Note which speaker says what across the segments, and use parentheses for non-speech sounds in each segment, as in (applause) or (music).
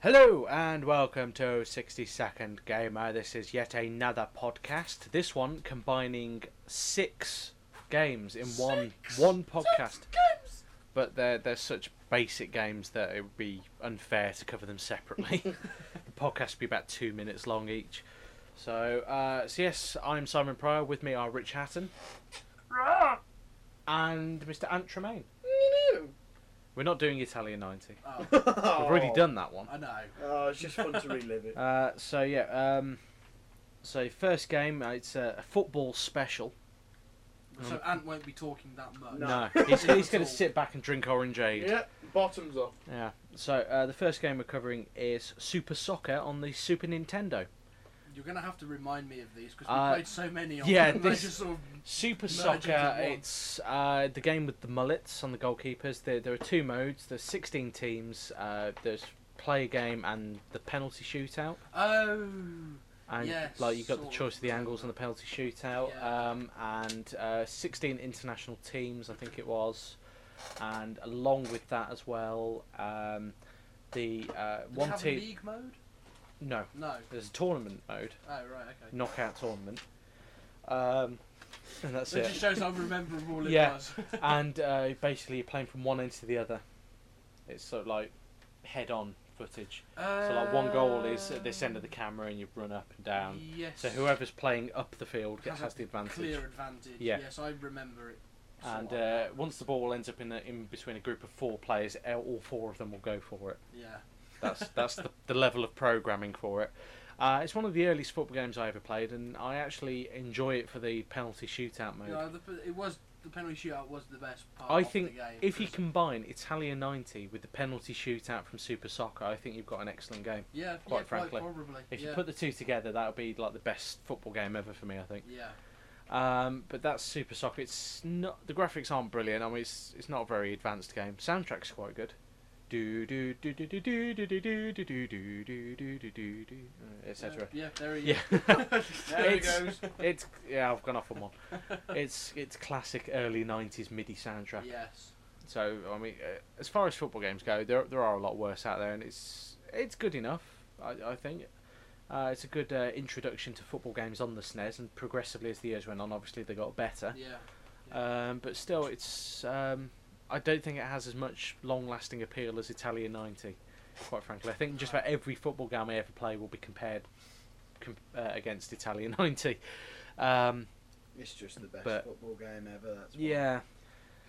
Speaker 1: Hello and welcome to 60 Second Gamer. This is yet another podcast. This one combining six games in one one podcast. But they're they're such basic games that it would be unfair to cover them separately. the podcast would be about two minutes long each. So, uh, so yes, I'm Simon Pryor. With me are Rich Hatton and Mr. Ant Tremaine. We're not doing Italian 90.
Speaker 2: Oh.
Speaker 1: We've already done that one.
Speaker 3: I know.
Speaker 2: Oh, it's just fun to
Speaker 1: (laughs)
Speaker 2: relive it.
Speaker 1: Uh, so yeah, um, so first game uh, it's a, a football special.
Speaker 3: So Ant won't be talking that much.
Speaker 2: No.
Speaker 1: (laughs) he's, he's
Speaker 3: Not
Speaker 1: going
Speaker 3: at
Speaker 1: to
Speaker 3: all.
Speaker 1: sit back and drink orangeade.
Speaker 2: Yep, bottoms up.
Speaker 1: Yeah. So uh, the first game we're covering is Super Soccer on the Super Nintendo.
Speaker 3: You're gonna have to remind me of these because we
Speaker 1: Uh,
Speaker 3: played so many of
Speaker 1: yeah,
Speaker 3: them. (laughs) They
Speaker 1: this-
Speaker 3: just sort of
Speaker 1: Super
Speaker 3: Merge
Speaker 1: Soccer,
Speaker 3: into one.
Speaker 1: it's uh, the game with the mullets on the goalkeepers. There, there are two modes. There's 16 teams. Uh, there's play game and the penalty shootout.
Speaker 3: oh
Speaker 1: And
Speaker 3: Yes,
Speaker 1: like you've got the
Speaker 3: sort of.
Speaker 1: choice of the angles on the penalty shootout,
Speaker 3: Yeah.
Speaker 1: um, and uh, 16 international teams, I think it was, and along with that as well, um, the uh,
Speaker 3: did
Speaker 1: one
Speaker 3: it have a
Speaker 1: team.
Speaker 3: league mode?
Speaker 1: No,
Speaker 3: No.
Speaker 1: there's a tournament mode,
Speaker 3: Oh right, okay.
Speaker 1: knockout tournament, um, and that's
Speaker 3: That just (laughs)
Speaker 1: it.
Speaker 3: shows how rememberable it
Speaker 1: Yeah.
Speaker 3: was.
Speaker 1: (laughs) and uh, basically, you're playing from one end to the other. It's sort of like head-on footage. So like one goal is at this end of the camera, and you run up and down.
Speaker 3: Yes.
Speaker 1: So whoever's playing up the field
Speaker 3: Has
Speaker 1: has,
Speaker 3: a
Speaker 1: has the advantage.
Speaker 3: Clear advantage.
Speaker 1: Yeah.
Speaker 3: Yes, I remember it.
Speaker 1: And
Speaker 3: sort of.
Speaker 1: uh, once the ball ends up in a, in between a group of four players, all all four of them will go for it.
Speaker 3: yeah.
Speaker 1: That's (laughs) that's the, the level of programming for it. Uh, it's one of the earliest football games I ever played, and I actually enjoy it for the penalty shootout mode.
Speaker 3: You know, the, it was the penalty shootout was the best part.
Speaker 1: I
Speaker 3: of
Speaker 1: think
Speaker 3: the game,
Speaker 1: if you
Speaker 3: 'cause-
Speaker 1: combine Italia '90 with the penalty shootout from Super Soccer, I think you've got an excellent game.
Speaker 3: yeah,
Speaker 1: quite
Speaker 3: yeah,
Speaker 1: frankly,
Speaker 3: probably.
Speaker 1: If
Speaker 3: yeah.
Speaker 1: you put the two together, that'll be like the best football game ever for me. I think.
Speaker 3: yeah.
Speaker 1: Um, but that's Super Soccer. It's not the graphics aren't brilliant. I mean, it's it's not a very advanced game. Soundtrack's quite good. Do do do do do do do do do do do do do do do do do etc.
Speaker 3: Yeah, there he
Speaker 1: Yeah, (laughs)
Speaker 3: is.
Speaker 2: There it
Speaker 1: It's-
Speaker 2: goes.
Speaker 1: it's yeah. I've gone off on one. It's it's classic early '90s MIDI soundtrack.
Speaker 3: Yes.
Speaker 1: So I mean, uh, as far as football games go, there there are a lot worse out there, and it's it's good enough. I I think. Uh, it's a good uh, introduction to football games on the SNES, and progressively as the years went on, obviously they got better.
Speaker 3: Yeah.
Speaker 1: Um, but still, it's. Um, I don't think it has as much long-lasting appeal as Italian '90. Quite frankly, I think just about every football game I ever play will be compared com- uh, against (laughs) Italian '90. Um,
Speaker 2: It's just the best
Speaker 1: But-
Speaker 2: football game ever. That's why.
Speaker 1: yeah,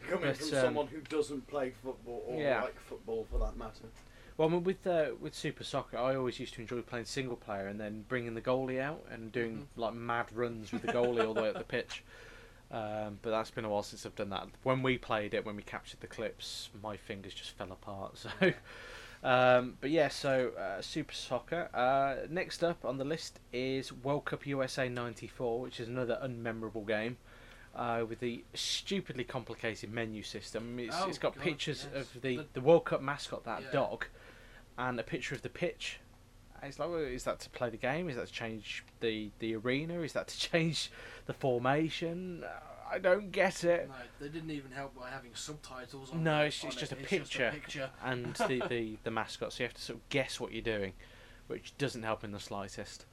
Speaker 2: Coming
Speaker 1: but,
Speaker 2: from
Speaker 1: um,
Speaker 2: someone who doesn't play football or
Speaker 1: yeah.
Speaker 2: like football for that matter.
Speaker 1: well, I mean, with uh, with Super Soccer, I always used to enjoy playing single player and then bringing the goalie out and doing
Speaker 3: Mm-hmm.
Speaker 1: like mad runs with the goalie all the way up the pitch. Um, but that's been a while since I've done that. When we played it, when we captured the clips, my fingers just fell apart. (laughs) So. Um, but yeah, so uh, Super Soccer. Uh, next up on the list is World Cup USA '94, which is another unmemorable game uh, with the stupidly complicated menu system. I mean, It's,
Speaker 3: Oh,
Speaker 1: it's got
Speaker 3: God,
Speaker 1: pictures
Speaker 3: yes.
Speaker 1: of the,
Speaker 3: The-
Speaker 1: the World Cup mascot, that
Speaker 3: Yeah.
Speaker 1: dog, and a picture of the pitch. And It's like, well, is that to play the game? Is that to change the, the arena? Is that to (laughs) change the formation? Uh, I don't get it.
Speaker 3: No, they didn't even help by having subtitles on
Speaker 1: No,
Speaker 3: on
Speaker 1: it's- it's
Speaker 3: it.
Speaker 1: just a picture.
Speaker 3: Just a picture. (laughs)
Speaker 1: and the, the, the mascot, so you have to sort of guess what you're doing, which doesn't help in the slightest.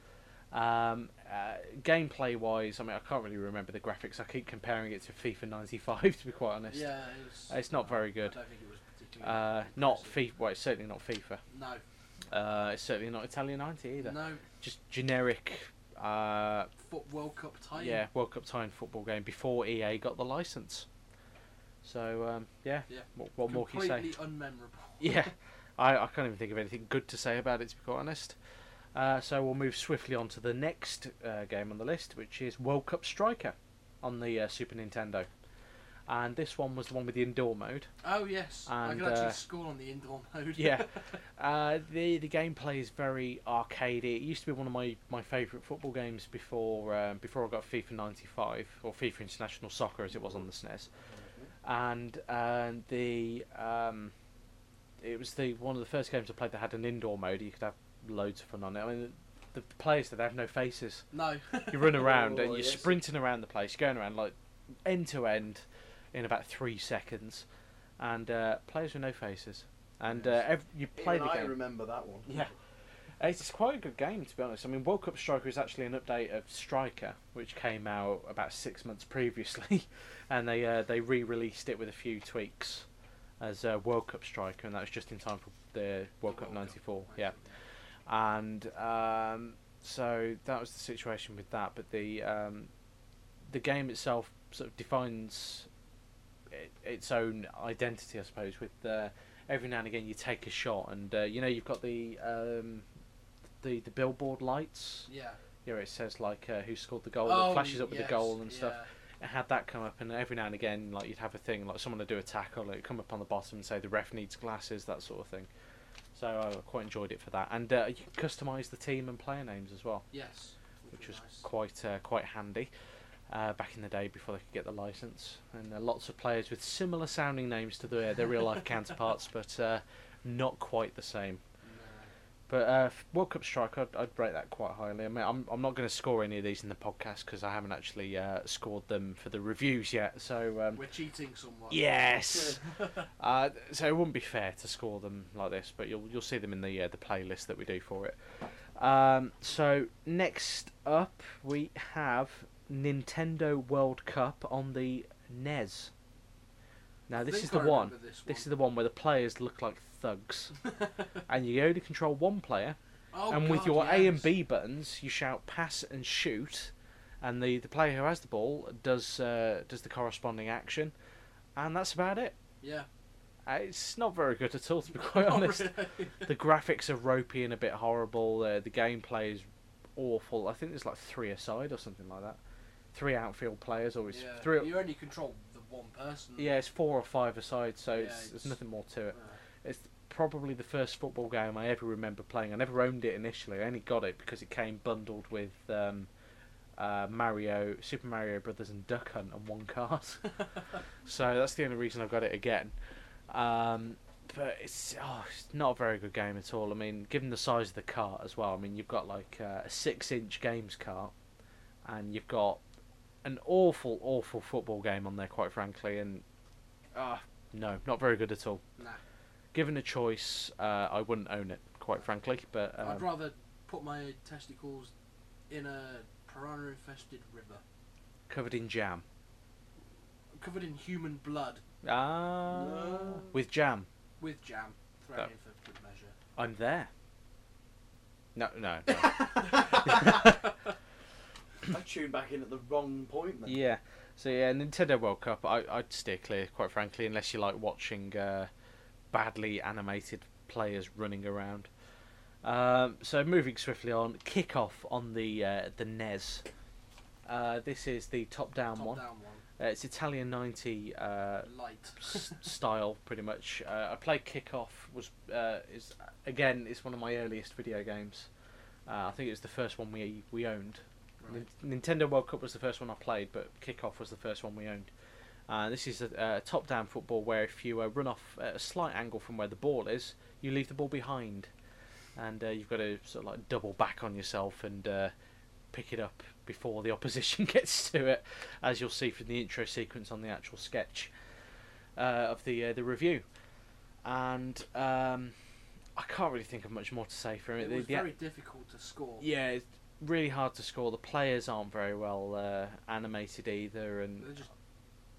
Speaker 1: Um, uh, gameplay wise, I mean, I can't really remember the graphics. I keep comparing it to FIFA 95, (laughs) to be quite honest.
Speaker 3: Yeah, it was,
Speaker 1: It's not very good.
Speaker 3: I don't think it was particularly.
Speaker 1: Uh, not
Speaker 3: impressive.
Speaker 1: FIFA. Well, it's certainly not FIFA.
Speaker 3: No,
Speaker 1: Uh, it's certainly not Italian 90 either.
Speaker 3: no
Speaker 1: Just generic. Uh,
Speaker 3: foot World Cup tie.
Speaker 1: yeah, World Cup time football game before EA got the license. So um, yeah.
Speaker 3: Yeah.
Speaker 1: What, what more can you say?
Speaker 3: completely unmemorable.
Speaker 1: (laughs) Yeah, I, I can't even think of anything good to say about it, to be quite honest. Uh, so we'll move swiftly on to the next uh, game on the list, which is World Cup Striker on the uh, Super Nintendo. And this one was the one with the indoor mode.
Speaker 3: Oh yes, I
Speaker 1: And,
Speaker 3: could actually
Speaker 1: uh,
Speaker 3: score on the indoor mode.
Speaker 1: Yeah, uh, the the gameplay is very arcadey. It used to be one of my, my favourite football games before um, before I got FIFA '95 or FIFA International Soccer as it was on the SNES. and uh, the um, it was the one of the first games I played that had an indoor mode. You could have loads of fun on it. I mean, the, the players that have no faces.
Speaker 3: (laughs) no.
Speaker 1: You run around and
Speaker 2: Oh,
Speaker 1: you're
Speaker 2: yes.
Speaker 1: sprinting around the place, going around like end to end in about three seconds, and uh, players with no faces. and uh,
Speaker 2: Yes.
Speaker 1: ev you play
Speaker 2: Even
Speaker 1: the
Speaker 2: I
Speaker 1: game.
Speaker 2: remember
Speaker 1: (laughs)
Speaker 2: that one.
Speaker 1: Yeah. It's quite a good game, to be honest. I mean, World Cup Striker is actually an update of Striker, which came out about six months previously, (laughs) and they uh, they re-released it with a few tweaks as uh, World Cup Striker, and that was just in time for the (laughs) World Cup '94. Yeah, and um, so that was the situation with that. But the um, the game itself sort of defines it, its own identity, I suppose. With uh, every now and again, you take a shot, and uh, you know you've got the um, the the billboard lights.
Speaker 3: Yeah.
Speaker 1: You know, it says like uh, who scored the goal.
Speaker 3: Oh,
Speaker 1: it flashes up with
Speaker 3: yes,
Speaker 1: the goal and stuff.
Speaker 3: yeah.
Speaker 1: It had that come up, and every now and again, like you'd have a thing like someone would do a tackle, it'd come up on the bottom and say the ref needs glasses, that sort of thing. So I quite enjoyed it for that, and uh, you could customise the team and player names as well
Speaker 3: Yes.
Speaker 1: which was
Speaker 3: nice.
Speaker 1: quite uh, quite handy uh, back in the day before they could get the license. And uh, lots of players with similar sounding names to their their real life counterparts, but uh, not quite the same. But uh, f- World Cup Strike, I'd, I'd rate that quite highly. I mean, I'm I'm not going to score any of these in the podcast because I haven't actually uh, scored them for the reviews yet. So
Speaker 3: No.
Speaker 1: um,
Speaker 3: We're cheating someone. (laughs)
Speaker 1: yes, uh, so it wouldn't be fair to score them like this, but you'll you'll see them in the uh, the playlist that we do for it. Um, so next up we have Nintendo World Cup on the NES. Now
Speaker 3: I
Speaker 1: this
Speaker 3: think
Speaker 1: is the
Speaker 3: I
Speaker 1: one.
Speaker 3: remember This,
Speaker 1: This is the one where the players look like thugs,
Speaker 3: the.
Speaker 1: and you only control one player.
Speaker 3: oh,
Speaker 1: and with
Speaker 3: God,
Speaker 1: your A and
Speaker 3: yes.
Speaker 1: B buttons, you shout pass and shoot, and the, the player who has the ball does uh, does the corresponding action, and that's about it.
Speaker 3: Yeah.
Speaker 1: Uh, It's not very good at all, to be (laughs) quite
Speaker 3: Oh,
Speaker 1: honest. (laughs) The graphics are ropey and a bit horrible. Uh, the gameplay is awful. I think there's like three aside or something like that. Three outfield players, or it's
Speaker 3: yeah.
Speaker 1: three.
Speaker 3: You only control the one person.
Speaker 1: Yeah, it's four or five aside, so
Speaker 3: Yeah,
Speaker 1: it's,
Speaker 3: it's-
Speaker 1: there's nothing more to
Speaker 3: Uh,
Speaker 1: it. It's probably the first football game I ever remember playing. I never owned it initially. I only got it because it came bundled with um, uh, Mario, Super Mario Brothers, and Duck Hunt on one card. so that's the only reason I got it again. Um, but it's, oh, it's not a very good game at all. I mean, given the size of the cart as well, I mean, you've got like uh, a six-inch games cart, and you've got an awful, awful football game on there, quite frankly. And ah, no, not very good at all
Speaker 3: nah.
Speaker 1: given a choice, uh, I wouldn't own it, quite frankly. But um,
Speaker 3: I'd rather put my testicles in a piranha-infested river,
Speaker 1: covered in jam.
Speaker 3: covered in human blood,
Speaker 1: Ah,
Speaker 2: No.
Speaker 1: with jam,
Speaker 3: with jam, thrown in for good measure.
Speaker 1: I'm there. No, no.
Speaker 3: (laughs)
Speaker 1: no.
Speaker 2: I tuned back in at the wrong point then.
Speaker 1: yeah. So yeah, Nintendo World Cup. I, I'd steer clear, quite frankly, unless you like watching uh, badly animated players running around. Um, so moving swiftly on, kickoff on the uh, the NES. Uh, this is the top-down
Speaker 3: Top
Speaker 1: one.
Speaker 3: down
Speaker 1: Uh, it's Italian '90 uh,
Speaker 3: one.
Speaker 1: (laughs)
Speaker 3: Light.
Speaker 1: s- style, pretty much. Uh, I played Kickoff was uh, is again it's one of my earliest video games. Uh, I think it was the first one we we owned.
Speaker 3: right.
Speaker 1: Nin- Nintendo World Cup was the first one I played, but Kickoff was the first one we owned. Uh, this is a, a top-down football where if you uh, run off at a slight angle from where the ball is, you leave the ball behind, and uh, you've got to sort of like double back on yourself and uh, pick it up before the (laughs) opposition gets to it, as you'll see from the intro sequence on the actual sketch uh, of the uh, the review. And um, I can't really think of much more to say for
Speaker 3: It
Speaker 1: The-
Speaker 3: was
Speaker 1: the-
Speaker 3: very difficult to score.
Speaker 1: yeah, it's really hard to score. The players aren't very well uh, animated either,
Speaker 3: They're
Speaker 1: and
Speaker 3: just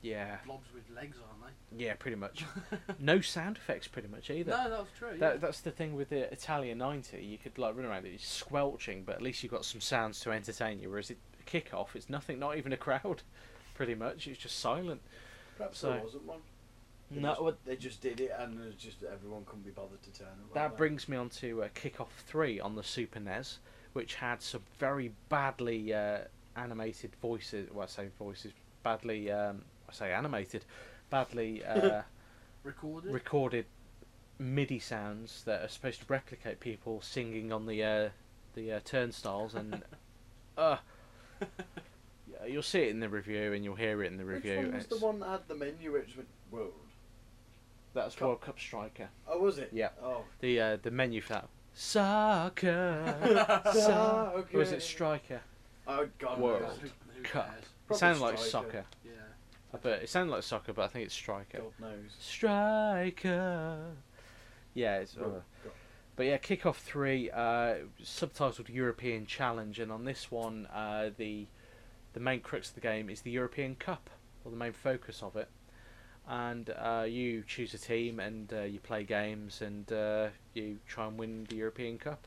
Speaker 1: yeah,
Speaker 3: blobs with legs, aren't
Speaker 1: yeah, pretty much.
Speaker 3: they? (laughs)
Speaker 1: No sound effects, pretty much either.
Speaker 3: no, that was true.
Speaker 1: That, that's the thing with the Italian ninety. You could like run around it, it's squelching, but at least you've got some sounds to entertain you. Whereas it kick off, it's nothing, not even a crowd, (laughs) pretty much. It's just silent.
Speaker 2: Perhaps
Speaker 1: So-
Speaker 2: there wasn't one. They
Speaker 1: No,
Speaker 2: just-
Speaker 1: well,
Speaker 2: they just did it, and it was just everyone couldn't be bothered to turn around.
Speaker 1: That brings me on to uh, Kickoff 3 on the Super NES, which had some very badly uh, animated voices. Well, I say voices, badly, um, I say animated, badly
Speaker 2: (laughs)
Speaker 1: uh,
Speaker 3: Recorded.
Speaker 1: recorded MIDI sounds that are supposed to replicate people singing on the uh, the uh, turnstiles.
Speaker 2: (laughs)
Speaker 1: And uh, yeah, you'll see it in the review and you'll hear it in the review.
Speaker 2: Which one was
Speaker 1: It's-
Speaker 2: the one that had the menu which went world?
Speaker 1: That's
Speaker 2: Cup-
Speaker 1: World Cup Striker.
Speaker 2: Oh, was it?
Speaker 1: Yeah.
Speaker 2: Oh.
Speaker 1: The, uh, the menu for that. (laughs) Soccer! Sa- Or is it striker?
Speaker 2: Oh God.
Speaker 1: World.
Speaker 2: no.
Speaker 3: Who, who
Speaker 1: Cup.
Speaker 3: cares?
Speaker 1: It
Speaker 2: Probably
Speaker 1: sounded like soccer.
Speaker 2: striker.
Speaker 3: Yeah.
Speaker 1: But it sounded like soccer, but I think it's striker.
Speaker 2: God knows.
Speaker 1: Striker. Yeah, it's.
Speaker 2: Right,
Speaker 1: uh,
Speaker 2: got-
Speaker 1: but yeah, kickoff three, uh, subtitled European Challenge, and on this one, uh, the the main crux of the game is the European Cup, or the main focus of it. And uh, you choose a team, and uh, you play games, and uh, you try and win the European Cup.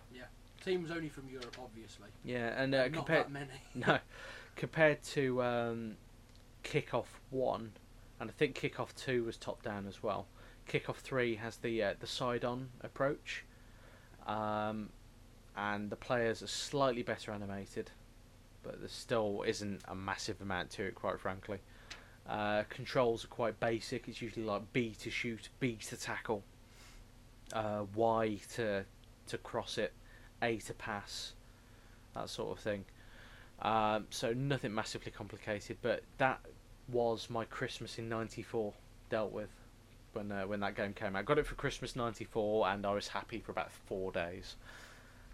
Speaker 3: Teams only from Europe, obviously.
Speaker 1: Yeah, and uh,
Speaker 3: Not
Speaker 1: compared
Speaker 3: that many.
Speaker 1: (laughs) no, compared to um, kickoff one, and I think kickoff two was top down as well. Kickoff three has the uh, the side on approach, um, and the players are slightly better animated, but there still isn't a massive amount to it, quite frankly. Uh, controls are quite basic. It's usually like B to shoot, B to tackle, uh, Y to to cross it, A to pass, that sort of thing. Um, so nothing massively complicated, but that was my Christmas in '94 dealt with when uh, when that game came out. I got it for Christmas '94, and I was happy for about four days,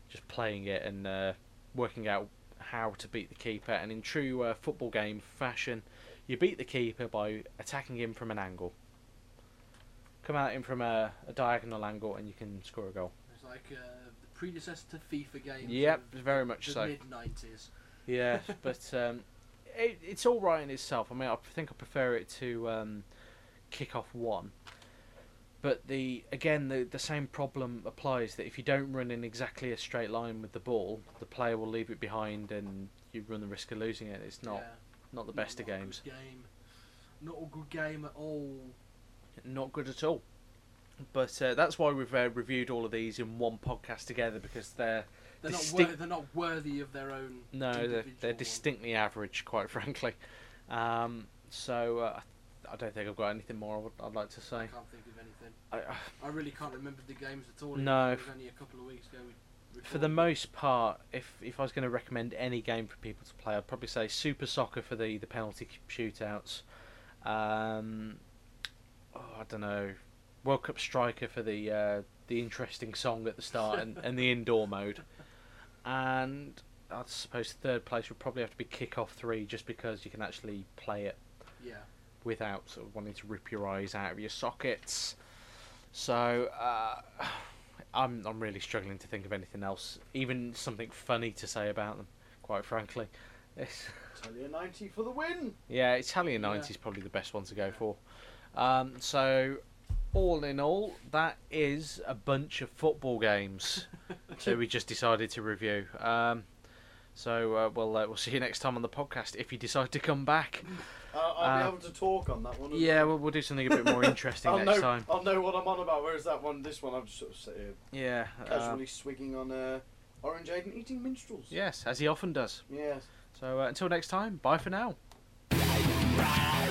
Speaker 1: just playing it and uh, working out how to beat the keeper. And in true uh, football game fashion, you beat the keeper by attacking him from an angle. Come at him from a, a diagonal angle, and you can score a goal.
Speaker 3: It's like uh, the predecessor to FIFA games.
Speaker 1: Yep,
Speaker 3: of
Speaker 1: very much
Speaker 3: the
Speaker 1: so.
Speaker 3: mid nineties.
Speaker 1: Yeah, (laughs) but um, it, it's all right in itself. I mean, I think I prefer it to um, kick off one. But the again, the the same problem applies that if you don't run in exactly a straight line with the ball, the player will leave it behind, and you run the risk of losing it. It's not not the best of games.
Speaker 3: game. Not a good game at all.
Speaker 1: Not good at all. But uh, that's why we've uh, reviewed all of these in one podcast together because they're
Speaker 3: They're not wor-
Speaker 1: Distinct-
Speaker 3: they're not worthy of their own.
Speaker 1: No, they're,
Speaker 3: individual
Speaker 1: they're
Speaker 3: one.
Speaker 1: distinctly average, quite (laughs) frankly. Um, so uh, I I don't think I've got anything more I would, I'd like to
Speaker 3: I
Speaker 1: say.
Speaker 3: can't think of anything.
Speaker 1: I, uh, I-
Speaker 3: I really can't remember the games at all.
Speaker 1: No.
Speaker 3: it was only a couple of weeks ago. We
Speaker 1: for the
Speaker 3: recorded.
Speaker 1: most part, if if I was going to recommend any game for people to play, I'd probably say Super Soccer for the the penalty k- shootouts. Um, oh, I don't know, World Cup Striker for the uh, the interesting song at the start and, and the indoor mode, and I suppose third place would probably have to be Kick Off Three, just because you can actually play it.
Speaker 3: yeah,
Speaker 1: without sort of wanting to rip your eyes out of your sockets. So uh, (sighs) I'm I'm really struggling to think of anything else, even something funny to say about them. Quite frankly, it's, (laughs)
Speaker 2: Italian 90 for the win.
Speaker 1: yeah, Italian
Speaker 3: Yeah.
Speaker 1: '90s is probably the best one to go for. Um, so all in all, that is a bunch of football games that we just decided to review. Um, so uh, we'll uh, we'll see you next time on the podcast if you decide to come back.
Speaker 2: Uh, I'll
Speaker 1: Uh,
Speaker 2: be able to talk on that one. as
Speaker 1: Yeah,
Speaker 2: well.
Speaker 1: we'll, we'll do something a bit more interesting
Speaker 2: I'll
Speaker 1: next
Speaker 2: know,
Speaker 1: time.
Speaker 2: I'll know what I'm on about. Whereas that one, this one, I'm just sort of sat here
Speaker 1: Yeah. uh,
Speaker 2: casually swigging on uh, orangeade and eating minstrels.
Speaker 1: yes, as he often does.
Speaker 2: Yes.
Speaker 1: So uh, until next time, bye for now.
Speaker 4: Ride,